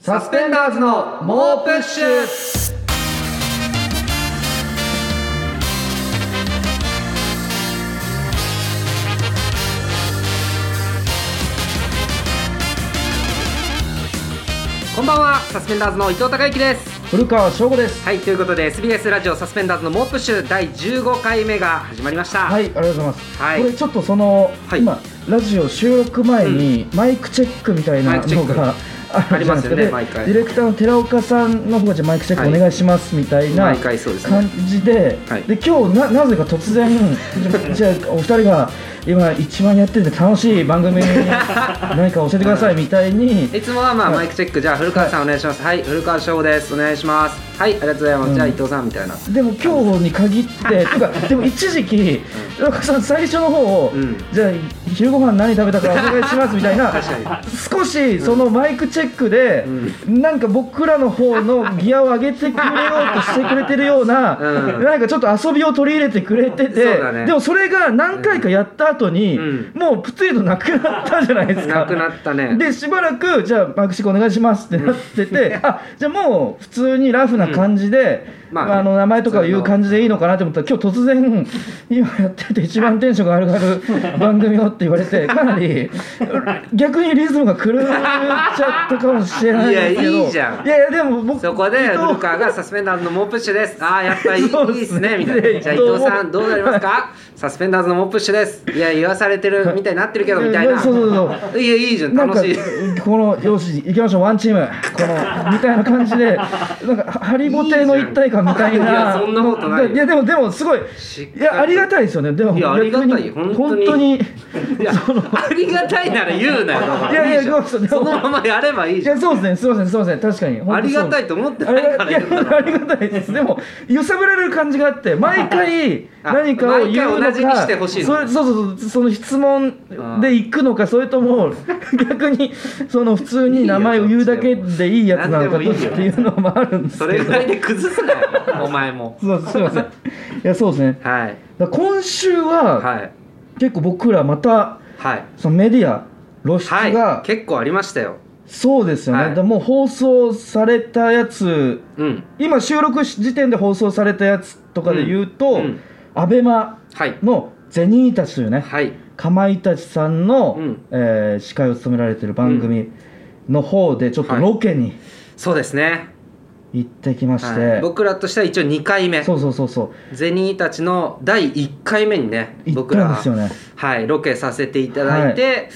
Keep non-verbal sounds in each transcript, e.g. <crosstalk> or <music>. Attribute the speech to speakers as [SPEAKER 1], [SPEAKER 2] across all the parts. [SPEAKER 1] サスペンダーズの猛プッシュこんばんはサスペンダーズの伊藤孝之です
[SPEAKER 2] 古川翔吾です
[SPEAKER 1] はいということで SBS ラジオサスペンダーズの猛プッシュ第15回目が始まりました
[SPEAKER 2] はいいありがとうございます、
[SPEAKER 1] はい
[SPEAKER 2] これちょっとその、
[SPEAKER 1] はい
[SPEAKER 2] 今ラジオ収録前に、マイクチェックみたい
[SPEAKER 1] マイ
[SPEAKER 2] な
[SPEAKER 1] クチェッ
[SPEAKER 2] の
[SPEAKER 1] ク
[SPEAKER 2] があ
[SPEAKER 1] あ
[SPEAKER 2] る
[SPEAKER 1] り
[SPEAKER 2] じゃ
[SPEAKER 1] ま
[SPEAKER 2] ない
[SPEAKER 1] すよ
[SPEAKER 2] ですか
[SPEAKER 1] ね
[SPEAKER 2] で
[SPEAKER 1] 毎回
[SPEAKER 2] ディレクターの寺岡さんの方がじゃあマイクチェック
[SPEAKER 1] はい
[SPEAKER 2] お願いしますみたいな
[SPEAKER 1] 毎回そうですね
[SPEAKER 2] 感じで、
[SPEAKER 1] はい
[SPEAKER 2] で今日ななぜか突然
[SPEAKER 1] <laughs>
[SPEAKER 2] じゃあお二人が今一番やってて楽しい番組何か教えてくださいみたいに
[SPEAKER 1] いつもはまあマイクチェックじゃあ古川さんお願いしますはい古川翔吾ですお願いしますはいありがとうございます、
[SPEAKER 2] うん
[SPEAKER 1] じゃあ伊藤さんみたいな
[SPEAKER 2] でも今日に限ってとかでも一時期田中さん最初の方を、
[SPEAKER 1] うん
[SPEAKER 2] じゃあ昼ご飯何食べたかお願いしますみたい
[SPEAKER 1] <laughs>
[SPEAKER 2] な
[SPEAKER 1] 確か
[SPEAKER 2] 少しそのマイクチェックで、なんか僕らの方のギアを上げてくれようとしてくれてるような、
[SPEAKER 1] うん
[SPEAKER 2] なんかちょっと遊びを取り入れてくれてて
[SPEAKER 1] そうだ、ね
[SPEAKER 2] でもそれが何回かやった後に、
[SPEAKER 1] う
[SPEAKER 2] もうプツリとなくなったじゃないですか。
[SPEAKER 1] なくなったね
[SPEAKER 2] でしばらくじゃあマークシックお願いしますってなってて
[SPEAKER 1] <laughs>
[SPEAKER 2] あじゃあもう普通にラフな感じで、
[SPEAKER 1] うんま
[SPEAKER 2] ま
[SPEAKER 1] あ
[SPEAKER 2] あ
[SPEAKER 1] ね
[SPEAKER 2] あの名前とか言う感じでいいのかなと思ったら今日突然
[SPEAKER 1] <laughs>
[SPEAKER 2] 今やってて一番テンションが上がる番組をって言われてかなり逆にリズムが狂っちゃったかもしれないですけど
[SPEAKER 1] いやいいじゃん
[SPEAKER 2] いやいやでも僕
[SPEAKER 1] そこで
[SPEAKER 2] 伊藤
[SPEAKER 1] 古川がサスペンダーズの猛プッシュですああやっぱいい
[SPEAKER 2] そう
[SPEAKER 1] いいですねみたい
[SPEAKER 2] で
[SPEAKER 1] なじゃあ伊藤さんどうなりますかサスペンダーズの猛プッシュですいや言わされてるみたいになってるけどみたい
[SPEAKER 2] いや
[SPEAKER 1] な
[SPEAKER 2] そうそうそう
[SPEAKER 1] いやいいじゃん
[SPEAKER 2] なんか
[SPEAKER 1] 楽しい
[SPEAKER 2] このよし行きましょうワンチームこのみたいな感
[SPEAKER 1] <laughs>
[SPEAKER 2] じでなんかハリボテの一体感みたい
[SPEAKER 1] いいじゃ
[SPEAKER 2] なん
[SPEAKER 1] いやそんなことないよ
[SPEAKER 2] いやでもでもすごい
[SPEAKER 1] しっかり
[SPEAKER 2] いやありがたいですよねでも
[SPEAKER 1] いやありがたいよ
[SPEAKER 2] 逆に
[SPEAKER 1] 本
[SPEAKER 2] 本
[SPEAKER 1] 当
[SPEAKER 2] 当
[SPEAKER 1] に
[SPEAKER 2] に
[SPEAKER 1] いやありがたいなら言うなよだから
[SPEAKER 2] いやいや
[SPEAKER 1] じゃん
[SPEAKER 2] ごめんなさい
[SPEAKER 1] そのままやればいい
[SPEAKER 2] い
[SPEAKER 1] じゃん
[SPEAKER 2] やそうですねすいませんすいません確かに
[SPEAKER 1] ありがたい
[SPEAKER 2] と
[SPEAKER 1] と思ってないから言うんだろ
[SPEAKER 2] ありがたいですでも揺さぶられる感じがあって毎回
[SPEAKER 1] あ
[SPEAKER 2] 何かを言うの
[SPEAKER 1] 毎回同じにしてほ
[SPEAKER 2] か
[SPEAKER 1] しいの
[SPEAKER 2] それそうそうそうその質問で行くのかそれとも逆にその普通に名前を言うだけでいいやつなのか
[SPEAKER 1] いい
[SPEAKER 2] ど
[SPEAKER 1] よ
[SPEAKER 2] っちっていうのもあるんです
[SPEAKER 1] そ
[SPEAKER 2] け
[SPEAKER 1] れ
[SPEAKER 2] ど
[SPEAKER 1] ぐらいで崩すなよお前も
[SPEAKER 2] そうすいませんいやそうですね
[SPEAKER 1] はい
[SPEAKER 2] だから今週は
[SPEAKER 1] はい
[SPEAKER 2] 結構僕らまた
[SPEAKER 1] はい
[SPEAKER 2] そのメディア露出
[SPEAKER 1] はい
[SPEAKER 2] が
[SPEAKER 1] 結構ありましたよ
[SPEAKER 2] そうですよね、
[SPEAKER 1] はい
[SPEAKER 2] だからもう放送されたやつ
[SPEAKER 1] うん
[SPEAKER 2] 今収録時点で放送されたやつとかで言うと、
[SPEAKER 1] うんうん
[SPEAKER 2] アベマ
[SPEAKER 1] はい
[SPEAKER 2] の「ゼニーたち」というね
[SPEAKER 1] はい
[SPEAKER 2] かまいたちさんの、
[SPEAKER 1] うん
[SPEAKER 2] えー司会を務められてる番組の方でちょっと
[SPEAKER 1] はい
[SPEAKER 2] ロケに
[SPEAKER 1] そうですね、
[SPEAKER 2] 行ってきまして、
[SPEAKER 1] はい、僕らとしては一応2回目
[SPEAKER 2] そうそうそうそう
[SPEAKER 1] ゼニーたちの第1回目にね
[SPEAKER 2] 行っ
[SPEAKER 1] 僕
[SPEAKER 2] たん
[SPEAKER 1] ら、
[SPEAKER 2] ですよね
[SPEAKER 1] はい、ロケさせていただいて、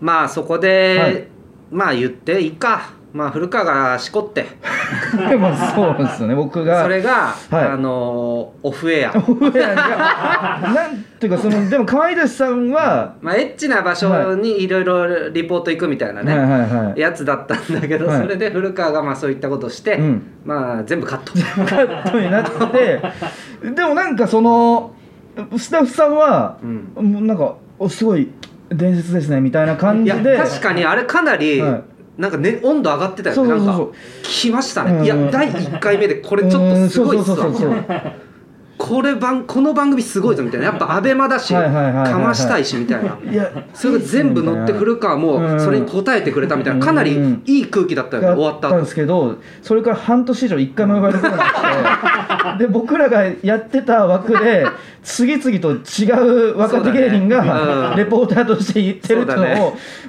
[SPEAKER 1] まあそこで、
[SPEAKER 2] はい
[SPEAKER 1] まあ言っていいかまあ古川がしこって
[SPEAKER 2] で <laughs> もそうですよね僕が
[SPEAKER 1] それが、
[SPEAKER 2] はい
[SPEAKER 1] あのーオフエア
[SPEAKER 2] いやいや <laughs> なんていうかそのでもかまいたちさんは
[SPEAKER 1] まあエッチな場所にいろいろリポート行くみたいなね、
[SPEAKER 2] はいはいはい
[SPEAKER 1] やつだったんだけど、
[SPEAKER 2] はい
[SPEAKER 1] それで古川がまあそういったことをして、
[SPEAKER 2] うん
[SPEAKER 1] まあ全部カット
[SPEAKER 2] カットになってでもなんかそのスタッフさんは
[SPEAKER 1] う、ん
[SPEAKER 2] もうなんかおすごい伝説ですねみたいな感
[SPEAKER 1] い
[SPEAKER 2] じ
[SPEAKER 1] や
[SPEAKER 2] で
[SPEAKER 1] 確かにあれかなり、
[SPEAKER 2] はい
[SPEAKER 1] なんか、ね、温度上がってたよ
[SPEAKER 2] そう
[SPEAKER 1] ね
[SPEAKER 2] そうそう
[SPEAKER 1] なん
[SPEAKER 2] そ
[SPEAKER 1] か
[SPEAKER 2] う
[SPEAKER 1] 来ましたねいや
[SPEAKER 2] うん
[SPEAKER 1] 第1回目でこれちょっとすごいっすわ
[SPEAKER 2] うんそうそうそう
[SPEAKER 1] これ番この番組すごいぞみたいなやっぱアベマだし
[SPEAKER 2] はいはいはいはいはい
[SPEAKER 1] かましたいしみたいな
[SPEAKER 2] そういや
[SPEAKER 1] <laughs> それが全部乗って
[SPEAKER 2] る
[SPEAKER 1] 古川
[SPEAKER 2] う
[SPEAKER 1] も
[SPEAKER 2] ん
[SPEAKER 1] それに応えてくれたみたいなかなり
[SPEAKER 2] うん
[SPEAKER 1] いい空気だったよね終わった
[SPEAKER 2] んで
[SPEAKER 1] 後
[SPEAKER 2] すけどそれから半年以上一回も呼ばれてなくてで僕らがやってた枠で次々と違う若手芸人
[SPEAKER 1] そうだねう
[SPEAKER 2] が
[SPEAKER 1] ん
[SPEAKER 2] レポーターとして言ってるっていうの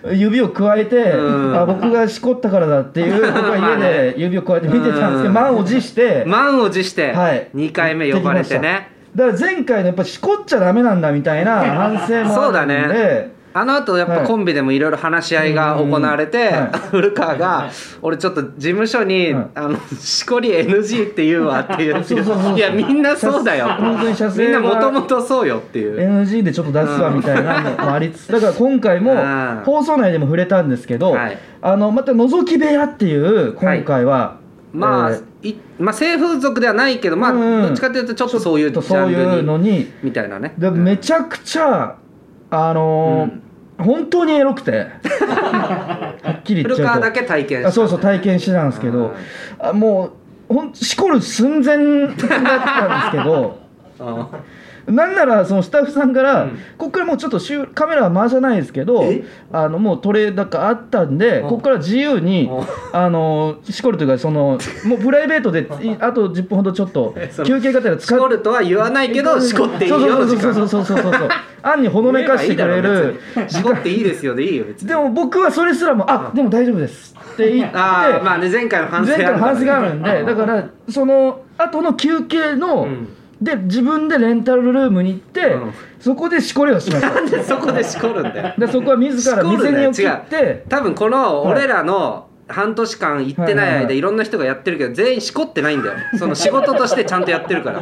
[SPEAKER 2] を指を加えて、
[SPEAKER 1] うん
[SPEAKER 2] あ僕がしこったからだっていう僕は家で指を加えて見てたんですけ
[SPEAKER 1] うん
[SPEAKER 2] ど満を持して。
[SPEAKER 1] 満を持して
[SPEAKER 2] はい
[SPEAKER 1] 2回目呼ばれてね、
[SPEAKER 2] だから前回のやっぱしこっちゃダメなんだみた
[SPEAKER 1] <laughs>
[SPEAKER 2] いな反省もあ
[SPEAKER 1] そう
[SPEAKER 2] る
[SPEAKER 1] だ
[SPEAKER 2] んで
[SPEAKER 1] ねあの後やっぱ
[SPEAKER 2] はい
[SPEAKER 1] コンビでもいろいろ話し合いが行われて、
[SPEAKER 2] うんはい
[SPEAKER 1] <laughs> 古川が「俺ちょっと事務所に、
[SPEAKER 2] はい
[SPEAKER 1] あのしこり NG って言うわ」っていう
[SPEAKER 2] そうそうそうそう
[SPEAKER 1] やみんなそうだよ
[SPEAKER 2] 本当に写生
[SPEAKER 1] みんなも
[SPEAKER 2] は
[SPEAKER 1] ともとそうよっていう、
[SPEAKER 2] NG でちょっと出すわみたいなのもありつ
[SPEAKER 1] <laughs>
[SPEAKER 2] つ、だから今回
[SPEAKER 1] う
[SPEAKER 2] も
[SPEAKER 1] ん
[SPEAKER 2] 放送内でも触れたんですけど、
[SPEAKER 1] はい
[SPEAKER 2] あのまた覗き部屋っていう今回は、
[SPEAKER 1] まあ、
[SPEAKER 2] えー
[SPEAKER 1] いまあ性風俗ではないけどまあ、
[SPEAKER 2] うん
[SPEAKER 1] どっちかというとちょっとそういうジ
[SPEAKER 2] ちょっとそ
[SPEAKER 1] ャ
[SPEAKER 2] う
[SPEAKER 1] ン
[SPEAKER 2] いう
[SPEAKER 1] ル
[SPEAKER 2] の
[SPEAKER 1] に
[SPEAKER 2] に
[SPEAKER 1] みたいなね
[SPEAKER 2] でめちゃくちゃあのー本当にエロ
[SPEAKER 1] <laughs>
[SPEAKER 2] くてはっきり言
[SPEAKER 1] 古
[SPEAKER 2] っちゃ
[SPEAKER 1] 川
[SPEAKER 2] うと
[SPEAKER 1] だけ体験した
[SPEAKER 2] あそうそう体験してたんですけ
[SPEAKER 1] うん
[SPEAKER 2] ど
[SPEAKER 1] <laughs>
[SPEAKER 2] あもうほんしこる寸前だったんですけど
[SPEAKER 1] うん
[SPEAKER 2] なんならそのスタッフさんから、
[SPEAKER 1] うん
[SPEAKER 2] ここからもうちょっとシューカメラは回さないですけど
[SPEAKER 1] え
[SPEAKER 2] あのもうトレーダーがあったんで
[SPEAKER 1] うん
[SPEAKER 2] ここから自由に
[SPEAKER 1] うん
[SPEAKER 2] あのしこるというかそのもうプライベートでいあと10分ほどちょっと
[SPEAKER 1] その
[SPEAKER 2] 休憩がてら使
[SPEAKER 1] し
[SPEAKER 2] っ
[SPEAKER 1] こるとは言わないけどしこっていいよの時
[SPEAKER 2] そうそ
[SPEAKER 1] 間
[SPEAKER 2] うそうそうそうそうそう案にほのめかしてくれる
[SPEAKER 1] 言えばいいだろ別にしこっていいですよでいいよ別に
[SPEAKER 2] でも僕はそれすらもあでも大丈夫ですって言って
[SPEAKER 1] ああまあね前回の反省あ
[SPEAKER 2] 前
[SPEAKER 1] るから
[SPEAKER 2] 回
[SPEAKER 1] ね
[SPEAKER 2] の反省があるんでだからその後の休憩の、
[SPEAKER 1] うん
[SPEAKER 2] で自分でレンタルルームに行って、
[SPEAKER 1] うん
[SPEAKER 2] そこでしこりをしまし
[SPEAKER 1] <laughs>
[SPEAKER 2] た
[SPEAKER 1] なんでそこでしこるんだよ
[SPEAKER 2] でそこは自ら
[SPEAKER 1] しこる
[SPEAKER 2] 店
[SPEAKER 1] ね
[SPEAKER 2] にを切って
[SPEAKER 1] 多分この俺らの半年間行ってない
[SPEAKER 2] はいはい
[SPEAKER 1] 間
[SPEAKER 2] はい
[SPEAKER 1] いろんな人がやってるけど全員しこってないんだよその仕事としてちゃんとやってるから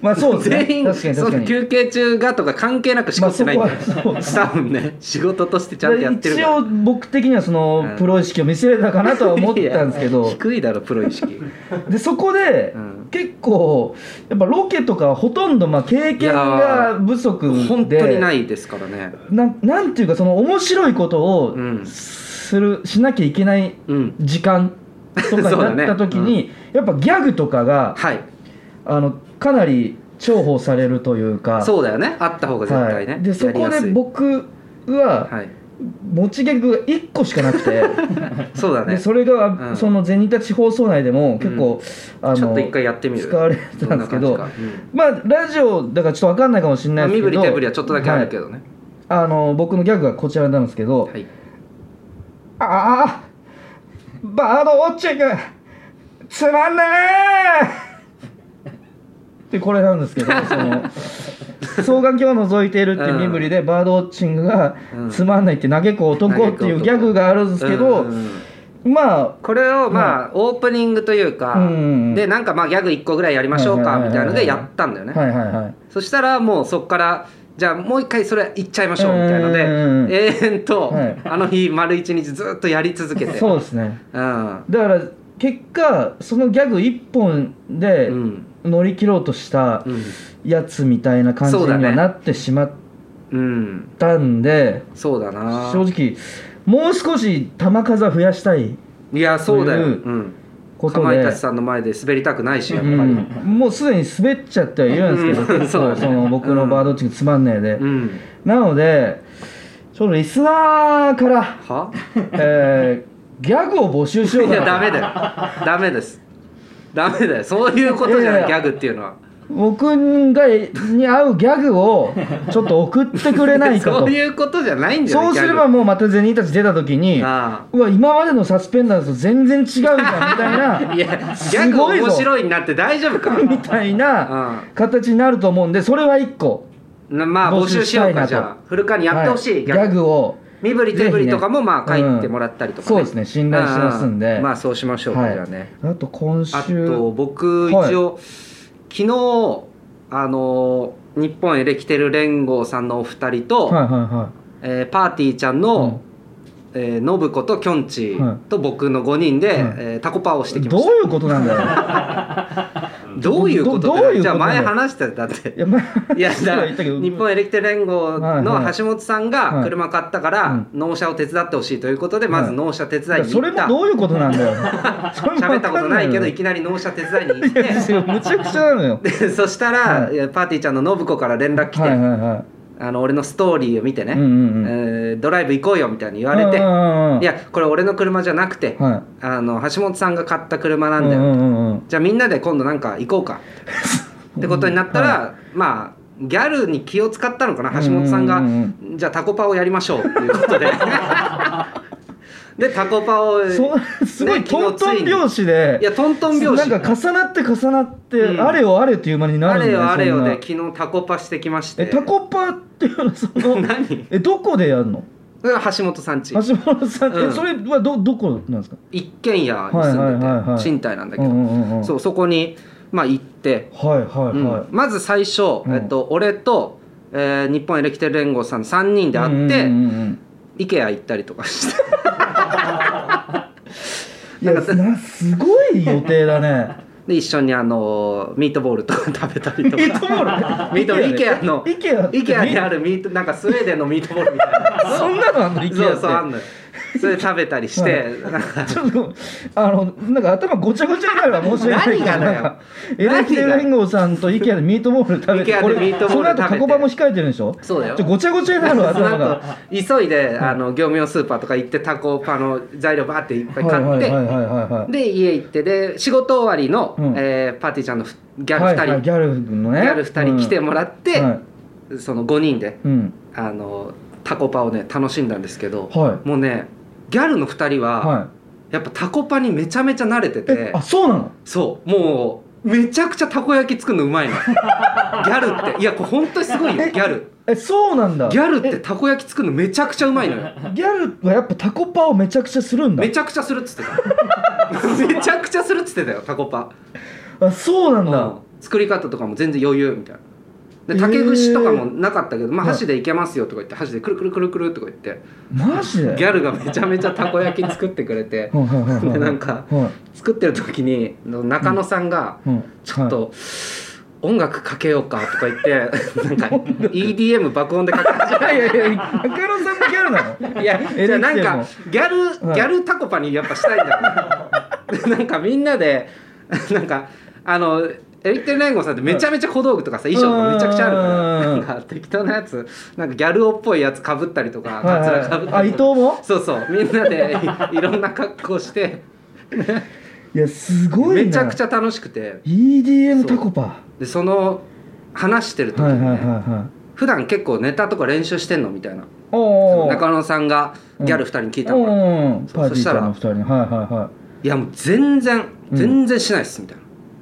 [SPEAKER 2] まあそうですね
[SPEAKER 1] 全員
[SPEAKER 2] 確かに
[SPEAKER 1] そ
[SPEAKER 2] 確か
[SPEAKER 1] の
[SPEAKER 2] に
[SPEAKER 1] 休憩中がとか関係なくしこってないんだよ
[SPEAKER 2] まあそこはそ
[SPEAKER 1] 多分ね仕事としてちゃんとやってるか
[SPEAKER 2] 一
[SPEAKER 1] ら
[SPEAKER 2] 応僕的にはその、
[SPEAKER 1] うん
[SPEAKER 2] プロ意識を見せれたかなとは思ったんですけ
[SPEAKER 1] いや
[SPEAKER 2] ど
[SPEAKER 1] 低いだろプロ意識
[SPEAKER 2] でそこで、
[SPEAKER 1] うん
[SPEAKER 2] 結構やっぱロケとかはほとんどまあ経験が不足で
[SPEAKER 1] 本当にないですからね
[SPEAKER 2] なんなんていうかその面白いことを
[SPEAKER 1] うん
[SPEAKER 2] する、しなきゃいけない
[SPEAKER 1] うん
[SPEAKER 2] 時間と
[SPEAKER 1] <laughs> そう
[SPEAKER 2] か
[SPEAKER 1] だ
[SPEAKER 2] にな
[SPEAKER 1] ね
[SPEAKER 2] った時に、やっぱギャグとかが
[SPEAKER 1] はい
[SPEAKER 2] あのかなり重宝されるというか
[SPEAKER 1] そうだよねあった方が絶対ね、
[SPEAKER 2] はい、でそ
[SPEAKER 1] や
[SPEAKER 2] こ
[SPEAKER 1] りやす
[SPEAKER 2] で
[SPEAKER 1] い
[SPEAKER 2] 僕は
[SPEAKER 1] はい
[SPEAKER 2] 持ちギャグが1個しかなくて
[SPEAKER 1] <laughs> そうだね
[SPEAKER 2] でそれが、
[SPEAKER 1] うん
[SPEAKER 2] その「銭立ち放送内でも結構、あの
[SPEAKER 1] ちょっと一回やってみる
[SPEAKER 2] 使われてたんですけど
[SPEAKER 1] な感じかうん
[SPEAKER 2] まあラジオだからちょっと分かんないかもしれ
[SPEAKER 1] ま
[SPEAKER 2] な
[SPEAKER 1] あ
[SPEAKER 2] いで
[SPEAKER 1] 身
[SPEAKER 2] す
[SPEAKER 1] 振
[SPEAKER 2] け
[SPEAKER 1] り
[SPEAKER 2] ど
[SPEAKER 1] 手振りはちょっとだけあるけ
[SPEAKER 2] はい
[SPEAKER 1] どね
[SPEAKER 2] あの僕のギャグがこちらなんですけど、
[SPEAKER 1] はい
[SPEAKER 2] ああバードウォッチングつまんねえってこれなん <laughs> ですけどその双眼鏡を覗いているっていう身振りで、バードウォッチングが
[SPEAKER 1] うん
[SPEAKER 2] つまんないって嘆く男っていうギャグがあるんですけど、
[SPEAKER 1] うんうんうん
[SPEAKER 2] まあ
[SPEAKER 1] これをまあオープニングというか
[SPEAKER 2] うん
[SPEAKER 1] でなんかまあギャグ1個ぐらいやりましょうか
[SPEAKER 2] はいはいはいはい
[SPEAKER 1] みたいなのでやったんだよね
[SPEAKER 2] はいはいはい
[SPEAKER 1] そしたらもうそっからじゃあもう一回それいっちゃいましょうみたいので
[SPEAKER 2] うん
[SPEAKER 1] 永遠と
[SPEAKER 2] はい
[SPEAKER 1] あの日丸一日ずっとやり続けて
[SPEAKER 2] そうですね
[SPEAKER 1] うん
[SPEAKER 2] だから結果そのギャグ1本
[SPEAKER 1] う
[SPEAKER 2] で
[SPEAKER 1] ん
[SPEAKER 2] 乗り切ろうとした
[SPEAKER 1] うん
[SPEAKER 2] やつみたいな感じにはなってしまっ
[SPEAKER 1] うん
[SPEAKER 2] たんで、
[SPEAKER 1] そうだな
[SPEAKER 2] 正直もう少し球数は増やしたい
[SPEAKER 1] いやそうだよ
[SPEAKER 2] と
[SPEAKER 1] う
[SPEAKER 2] いうんこと
[SPEAKER 1] か
[SPEAKER 2] で
[SPEAKER 1] まいたちさんの前で滑りたくないしやっぱ
[SPEAKER 2] う
[SPEAKER 1] り
[SPEAKER 2] ん、もうすでに滑っちゃってはいるんですけど、
[SPEAKER 1] うん
[SPEAKER 2] 結構
[SPEAKER 1] そうだね
[SPEAKER 2] その僕のバードウォッチングつまんねえで、
[SPEAKER 1] うん
[SPEAKER 2] なのでちょっとリスナーから、
[SPEAKER 1] は
[SPEAKER 2] えーギャグを募集しよう
[SPEAKER 1] <laughs> い
[SPEAKER 2] か
[SPEAKER 1] や
[SPEAKER 2] な
[SPEAKER 1] ダメだよダメですダメだよそういうことじゃない
[SPEAKER 2] いやい
[SPEAKER 1] ギ
[SPEAKER 2] や
[SPEAKER 1] ャグっていうのは
[SPEAKER 2] 僕がに合うギャグをちょっと送ってくれないかと
[SPEAKER 1] そういうことじゃないんだよ
[SPEAKER 2] そうすればもうまた銭たち出た時に
[SPEAKER 1] あ
[SPEAKER 2] うわ今までのサスペンダーズと全然違うじゃんみたい
[SPEAKER 1] あ <laughs>
[SPEAKER 2] ない
[SPEAKER 1] やギャグ面白いになって大丈夫か
[SPEAKER 2] みたいな
[SPEAKER 1] う
[SPEAKER 2] 形になると思うんでそれは1個
[SPEAKER 1] なまあ募
[SPEAKER 2] 募集
[SPEAKER 1] 集しようかじ
[SPEAKER 2] したい
[SPEAKER 1] ゃ
[SPEAKER 2] な
[SPEAKER 1] あ古川にやってほしい、
[SPEAKER 2] は
[SPEAKER 1] ギャグ
[SPEAKER 2] を
[SPEAKER 1] 身振り手振りとかもまあ
[SPEAKER 2] ぜひね
[SPEAKER 1] 書いてもらったりとか、ね
[SPEAKER 2] うんそうですね信頼してますんで
[SPEAKER 1] ああまあそうしましょうか、
[SPEAKER 2] はい
[SPEAKER 1] じゃあね
[SPEAKER 2] あと今週
[SPEAKER 1] あと僕一
[SPEAKER 2] はい
[SPEAKER 1] 応、昨日あの日本エレキテル連合さんのお二人と、
[SPEAKER 2] はいはいは
[SPEAKER 1] えーパーティーちゃんの、えー信子ときょんち
[SPEAKER 2] は
[SPEAKER 1] と僕の5人で、
[SPEAKER 2] い
[SPEAKER 1] えータコパをして
[SPEAKER 2] い
[SPEAKER 1] き
[SPEAKER 2] ど
[SPEAKER 1] ま
[SPEAKER 2] う
[SPEAKER 1] した
[SPEAKER 2] いうことなんだ
[SPEAKER 1] <laughs>
[SPEAKER 2] ろ
[SPEAKER 1] どういうこと
[SPEAKER 2] ど
[SPEAKER 1] っ
[SPEAKER 2] ど
[SPEAKER 1] て
[SPEAKER 2] ういうこと
[SPEAKER 1] じゃあ前
[SPEAKER 2] だよ
[SPEAKER 1] 話したよだって
[SPEAKER 2] ういやまあ
[SPEAKER 1] いやだから
[SPEAKER 2] 言ったけど
[SPEAKER 1] 日本エレキテル連合
[SPEAKER 2] はいは
[SPEAKER 1] の
[SPEAKER 2] い
[SPEAKER 1] 橋本さんが
[SPEAKER 2] はい
[SPEAKER 1] 車買ったか
[SPEAKER 2] う
[SPEAKER 1] ら
[SPEAKER 2] ん
[SPEAKER 1] 納車を手伝ってほしいということでまず
[SPEAKER 2] はい
[SPEAKER 1] 納車手伝いに
[SPEAKER 2] そ
[SPEAKER 1] 行
[SPEAKER 2] れ
[SPEAKER 1] った
[SPEAKER 2] もどういうことなんだよ
[SPEAKER 1] <laughs>
[SPEAKER 2] それも
[SPEAKER 1] 喋
[SPEAKER 2] 分
[SPEAKER 1] ったこ
[SPEAKER 2] か
[SPEAKER 1] と
[SPEAKER 2] んな
[SPEAKER 1] ないい
[SPEAKER 2] の
[SPEAKER 1] け
[SPEAKER 2] よ
[SPEAKER 1] どいきなり納車手伝いに行って
[SPEAKER 2] <laughs> いやむちゃくちゃなのよ
[SPEAKER 1] でそしたら
[SPEAKER 2] はい
[SPEAKER 1] いやパーティーちゃんの信子から連絡 <laughs> 来
[SPEAKER 2] はいはい
[SPEAKER 1] て
[SPEAKER 2] は
[SPEAKER 1] あの俺のストーリーを見てね
[SPEAKER 2] うんうんうん
[SPEAKER 1] えードライブ行こうよみたいに言わ
[SPEAKER 2] い
[SPEAKER 1] れて
[SPEAKER 2] うんうんうん
[SPEAKER 1] いやこれ俺の車じゃなくて
[SPEAKER 2] は
[SPEAKER 1] あの橋本さんが買った車ないんだ
[SPEAKER 2] う
[SPEAKER 1] よ
[SPEAKER 2] んうんうん
[SPEAKER 1] じゃあみんなで今度なんか行こう
[SPEAKER 2] <laughs>
[SPEAKER 1] かってことになったら、まあギャルに気を使ったのかな橋本さんが
[SPEAKER 2] うんうん
[SPEAKER 1] じゃあタコパをやりましょうっていうこと
[SPEAKER 2] <laughs>
[SPEAKER 1] ででタコパを
[SPEAKER 2] そうすごい
[SPEAKER 1] ね昨
[SPEAKER 2] ト
[SPEAKER 1] 日つ
[SPEAKER 2] ン
[SPEAKER 1] い
[SPEAKER 2] ト
[SPEAKER 1] に
[SPEAKER 2] ン拍子で
[SPEAKER 1] いやトントン拍子
[SPEAKER 2] なんか重なって重なって、
[SPEAKER 1] うん
[SPEAKER 2] あれよあれよという間にな
[SPEAKER 1] あ
[SPEAKER 2] るんだ
[SPEAKER 1] れ
[SPEAKER 2] よ
[SPEAKER 1] よあれよ
[SPEAKER 2] そん
[SPEAKER 1] で
[SPEAKER 2] な
[SPEAKER 1] 昨日タコパしてきまして
[SPEAKER 2] えタコパっていうのはその
[SPEAKER 1] <laughs> 何
[SPEAKER 2] えどこでやるの
[SPEAKER 1] 橋本さんち
[SPEAKER 2] 橋本さん、
[SPEAKER 1] うん
[SPEAKER 2] えそれはどどこなんですか
[SPEAKER 1] 一軒家に住んでて、
[SPEAKER 2] はいはいはいはい
[SPEAKER 1] 賃貸なんだけど、
[SPEAKER 2] うんうんうん
[SPEAKER 1] そうそこに、まあ、行って、
[SPEAKER 2] はいはい
[SPEAKER 1] うん
[SPEAKER 2] はい、
[SPEAKER 1] まず最初、
[SPEAKER 2] うん
[SPEAKER 1] えっと、俺と、えー日本エレキテル連合さんの3人で会って、
[SPEAKER 2] うんうんうんうん
[SPEAKER 1] イケア行ったりとかして <laughs>
[SPEAKER 2] いやなすごい予定だね
[SPEAKER 1] で一緒にあのミートボールとか <laughs> 食べたりと
[SPEAKER 2] ミー
[SPEAKER 1] か
[SPEAKER 2] トボー <laughs> ル
[SPEAKER 1] ミートボール IKEA の
[SPEAKER 2] IKEA って <laughs>
[SPEAKER 1] IKEA にあるミートなんかスウェーデンのミートボールみたいな
[SPEAKER 2] そんなのあんの IKEA って
[SPEAKER 1] そうそうあんのよそれ食べたりして、なんか
[SPEAKER 2] ちょっとあのなんか頭ごちゃごちゃになるわ申し訳ないけど
[SPEAKER 1] 何がだよ
[SPEAKER 2] なんかエレキテル連合さんと IKEA でミートボール食べて
[SPEAKER 1] IKEA で
[SPEAKER 2] こ
[SPEAKER 1] ミ
[SPEAKER 2] れ
[SPEAKER 1] ートボール
[SPEAKER 2] その
[SPEAKER 1] 食べ
[SPEAKER 2] 後
[SPEAKER 1] て
[SPEAKER 2] タコパも控えてるんでしょ
[SPEAKER 1] そうだよ
[SPEAKER 2] ちょごちゃごちゃになるわ
[SPEAKER 1] その
[SPEAKER 2] 頭
[SPEAKER 1] 後
[SPEAKER 2] が
[SPEAKER 1] 急いであの業務用スーパーとか行ってタコパの材料バーっていっぱい買って、
[SPEAKER 2] はいはいはいはいはいはい
[SPEAKER 1] で家行ってで仕事終わりの、
[SPEAKER 2] うん
[SPEAKER 1] えーパーティーちゃんのふギャル
[SPEAKER 2] は
[SPEAKER 1] 2
[SPEAKER 2] い
[SPEAKER 1] 人、
[SPEAKER 2] はいギャルのね
[SPEAKER 1] ギャル2人来てもらって、
[SPEAKER 2] うんはい
[SPEAKER 1] その5人で
[SPEAKER 2] うん
[SPEAKER 1] あのタコパをね楽しんだんですけど、
[SPEAKER 2] は
[SPEAKER 1] もうねギャルの2人
[SPEAKER 2] い
[SPEAKER 1] は、
[SPEAKER 2] は
[SPEAKER 1] やっぱタコパにめちゃめちゃ慣れて
[SPEAKER 2] いえ
[SPEAKER 1] て
[SPEAKER 2] あそうなの
[SPEAKER 1] そうもうめちゃくちゃたこ焼き作るのうまい
[SPEAKER 2] <laughs>
[SPEAKER 1] のギャルっていやこれ本当にすごいよギャル
[SPEAKER 2] えそうなんだ
[SPEAKER 1] ギャルってたこ焼き作るのめちゃくちゃうまいのよ
[SPEAKER 2] ギャルはやっぱタコパをめちゃくちゃするんだ
[SPEAKER 1] めちゃくちゃするっつってた
[SPEAKER 2] <laughs>
[SPEAKER 1] めちゃくちゃするっつってたよタコパ、
[SPEAKER 2] あそうなん
[SPEAKER 1] うん
[SPEAKER 2] だ、
[SPEAKER 1] 作り方とかも全然余裕みたいな
[SPEAKER 2] へ
[SPEAKER 1] で
[SPEAKER 2] ー
[SPEAKER 1] 竹串とかもなかったけど、まあ、
[SPEAKER 2] はい
[SPEAKER 1] 箸でいけますよとか言って箸でくるくるくるくるとか言って
[SPEAKER 2] マジで
[SPEAKER 1] ギャルがめちゃめちゃたこ焼き作ってくれて
[SPEAKER 2] はいはいはいは
[SPEAKER 1] で
[SPEAKER 2] い
[SPEAKER 1] なんか
[SPEAKER 2] はい
[SPEAKER 1] 作ってる時に中野さんが
[SPEAKER 2] うん
[SPEAKER 1] ちょっと音楽かけようかとか言って
[SPEAKER 2] <laughs>
[SPEAKER 1] なんか EDM 爆音でかけ始め
[SPEAKER 2] はいいやいやいや中野さんもギャルなの
[SPEAKER 1] い
[SPEAKER 2] <laughs>
[SPEAKER 1] や、じゃあなんかギャル
[SPEAKER 2] はい
[SPEAKER 1] ギャルタコパにやっぱしたいんだよ、ね、なんかみんなでなんかあのエリッテル・レンゴさんってめちゃめちゃ小道具とかさ衣装とかめちゃくちゃあるから
[SPEAKER 2] う
[SPEAKER 1] なんんか適当なやつなんかギャル男っぽいやつかぶったりとかカツラかぶっ
[SPEAKER 2] あ
[SPEAKER 1] た
[SPEAKER 2] 伊
[SPEAKER 1] り
[SPEAKER 2] 藤
[SPEAKER 1] とか
[SPEAKER 2] も
[SPEAKER 1] そうそうみんなでいいろんな格好して
[SPEAKER 2] いやすごいな
[SPEAKER 1] めちゃくちゃ楽しくて
[SPEAKER 2] EDM タコパは
[SPEAKER 1] でその話してる
[SPEAKER 2] い
[SPEAKER 1] 時
[SPEAKER 2] はい
[SPEAKER 1] に、
[SPEAKER 2] は
[SPEAKER 1] ね
[SPEAKER 2] いはい
[SPEAKER 1] 普段結構ネタとか練習してんのみたいな
[SPEAKER 2] おお
[SPEAKER 1] 中野さんがギャル2人に聞いたのかな、
[SPEAKER 2] うん
[SPEAKER 1] そう
[SPEAKER 2] パーティーからの二
[SPEAKER 1] そ
[SPEAKER 2] 人にはいはいはい
[SPEAKER 1] やもう全然
[SPEAKER 2] うん
[SPEAKER 1] 全然しないっすみたい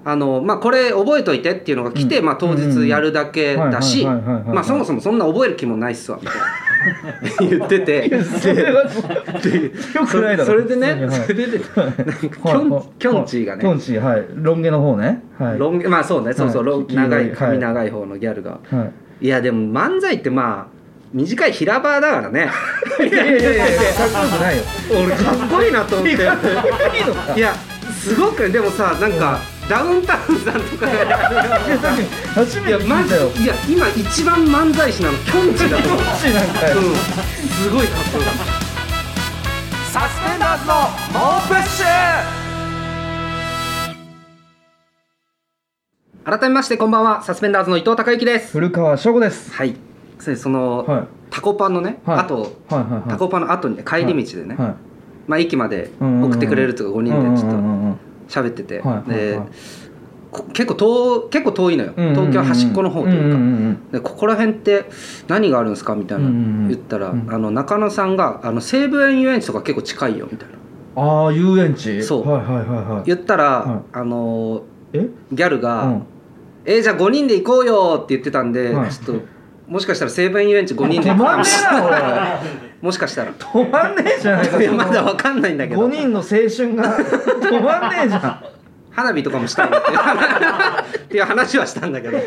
[SPEAKER 1] な、あのまあこれ覚えといてっていうのが来て、
[SPEAKER 2] うん
[SPEAKER 1] まあ、当日やるだけだし
[SPEAKER 2] はいはいはいはいはいはい
[SPEAKER 1] まあそもそもそんな覚える気もないっすわみ
[SPEAKER 2] <laughs>
[SPEAKER 1] たいな言ってて
[SPEAKER 2] いいやそれはよくない
[SPEAKER 1] そ
[SPEAKER 2] だろ
[SPEAKER 1] それでね、
[SPEAKER 2] はいはい
[SPEAKER 1] それでねなんかき
[SPEAKER 2] はい
[SPEAKER 1] ょ
[SPEAKER 2] は
[SPEAKER 1] ん
[SPEAKER 2] い
[SPEAKER 1] きょんちーが
[SPEAKER 2] きょ
[SPEAKER 1] ね
[SPEAKER 2] んちーはいロン毛の方ねはい
[SPEAKER 1] ロン毛まあそうねそうそう、
[SPEAKER 2] は
[SPEAKER 1] ロ
[SPEAKER 2] い
[SPEAKER 1] ン長
[SPEAKER 2] 黄色
[SPEAKER 1] い
[SPEAKER 2] い
[SPEAKER 1] 髪
[SPEAKER 2] はい
[SPEAKER 1] 長い方のギャルが、、
[SPEAKER 2] はい
[SPEAKER 1] やでも漫才ってまあ短い平場だから <laughs> ね
[SPEAKER 2] いいやいやいやいやかっこよくないよ
[SPEAKER 1] 俺かっこいいなと思って。
[SPEAKER 2] いいのか
[SPEAKER 1] いやすごくねでもさなんか、ダウンタウンさんとかが
[SPEAKER 2] いやだって初
[SPEAKER 1] い
[SPEAKER 2] め
[SPEAKER 1] や
[SPEAKER 2] て
[SPEAKER 1] マ
[SPEAKER 2] 見
[SPEAKER 1] ジ
[SPEAKER 2] たよ
[SPEAKER 1] いや今一番漫才師なのきょんちだ <laughs> と思う、
[SPEAKER 2] マジなんかよ
[SPEAKER 1] うん、すごいかっこよかったサスペンダーズの猛プッシュ改めましてこんばんはサスペンダーズの伊藤孝之です
[SPEAKER 2] 古川翔吾です
[SPEAKER 1] はいそれでその、
[SPEAKER 2] はい
[SPEAKER 1] タコパンのね、
[SPEAKER 2] はい
[SPEAKER 1] あと
[SPEAKER 2] はいはいはい
[SPEAKER 1] タコパンの後にね帰り道でね、
[SPEAKER 2] はい
[SPEAKER 1] まあ駅まで
[SPEAKER 2] うんうんうん
[SPEAKER 1] 送ってくれるとか5人でちょっと
[SPEAKER 2] うんうんうんうん
[SPEAKER 1] 喋ってて、
[SPEAKER 2] はいはい
[SPEAKER 1] で
[SPEAKER 2] はい
[SPEAKER 1] こ結構遠結構遠いのよ、
[SPEAKER 2] うんうんうんうん
[SPEAKER 1] 東京端っこの方というか、
[SPEAKER 2] んんん
[SPEAKER 1] でここら辺って何があるんですかみたいな
[SPEAKER 2] うんうんうん
[SPEAKER 1] 言ったら、
[SPEAKER 2] うん
[SPEAKER 1] あの中野さんがあの西武園遊園地とか結構近いよみたいな
[SPEAKER 2] ああ遊園地
[SPEAKER 1] そう
[SPEAKER 2] はいはいはいはい
[SPEAKER 1] 言ったら、
[SPEAKER 2] はい
[SPEAKER 1] あのー
[SPEAKER 2] え
[SPEAKER 1] ギャルが「
[SPEAKER 2] うん
[SPEAKER 1] えーじゃあ5人で行こうよ」って言ってたんで、
[SPEAKER 2] はい
[SPEAKER 1] ちょっともしかしたら西武園遊園地5人で行
[SPEAKER 2] 止
[SPEAKER 1] くか
[SPEAKER 2] まん
[SPEAKER 1] も
[SPEAKER 2] ね
[SPEAKER 1] しれ
[SPEAKER 2] え
[SPEAKER 1] ない
[SPEAKER 2] な
[SPEAKER 1] <laughs> もしかしたら
[SPEAKER 2] おい止まんねえじゃないか
[SPEAKER 1] いやまだわかんないんだけど
[SPEAKER 2] 5人の青春が止まんねえじゃん
[SPEAKER 1] 花火とかもしたいなっていう
[SPEAKER 2] <laughs>
[SPEAKER 1] っていう話はしたんだけど
[SPEAKER 2] お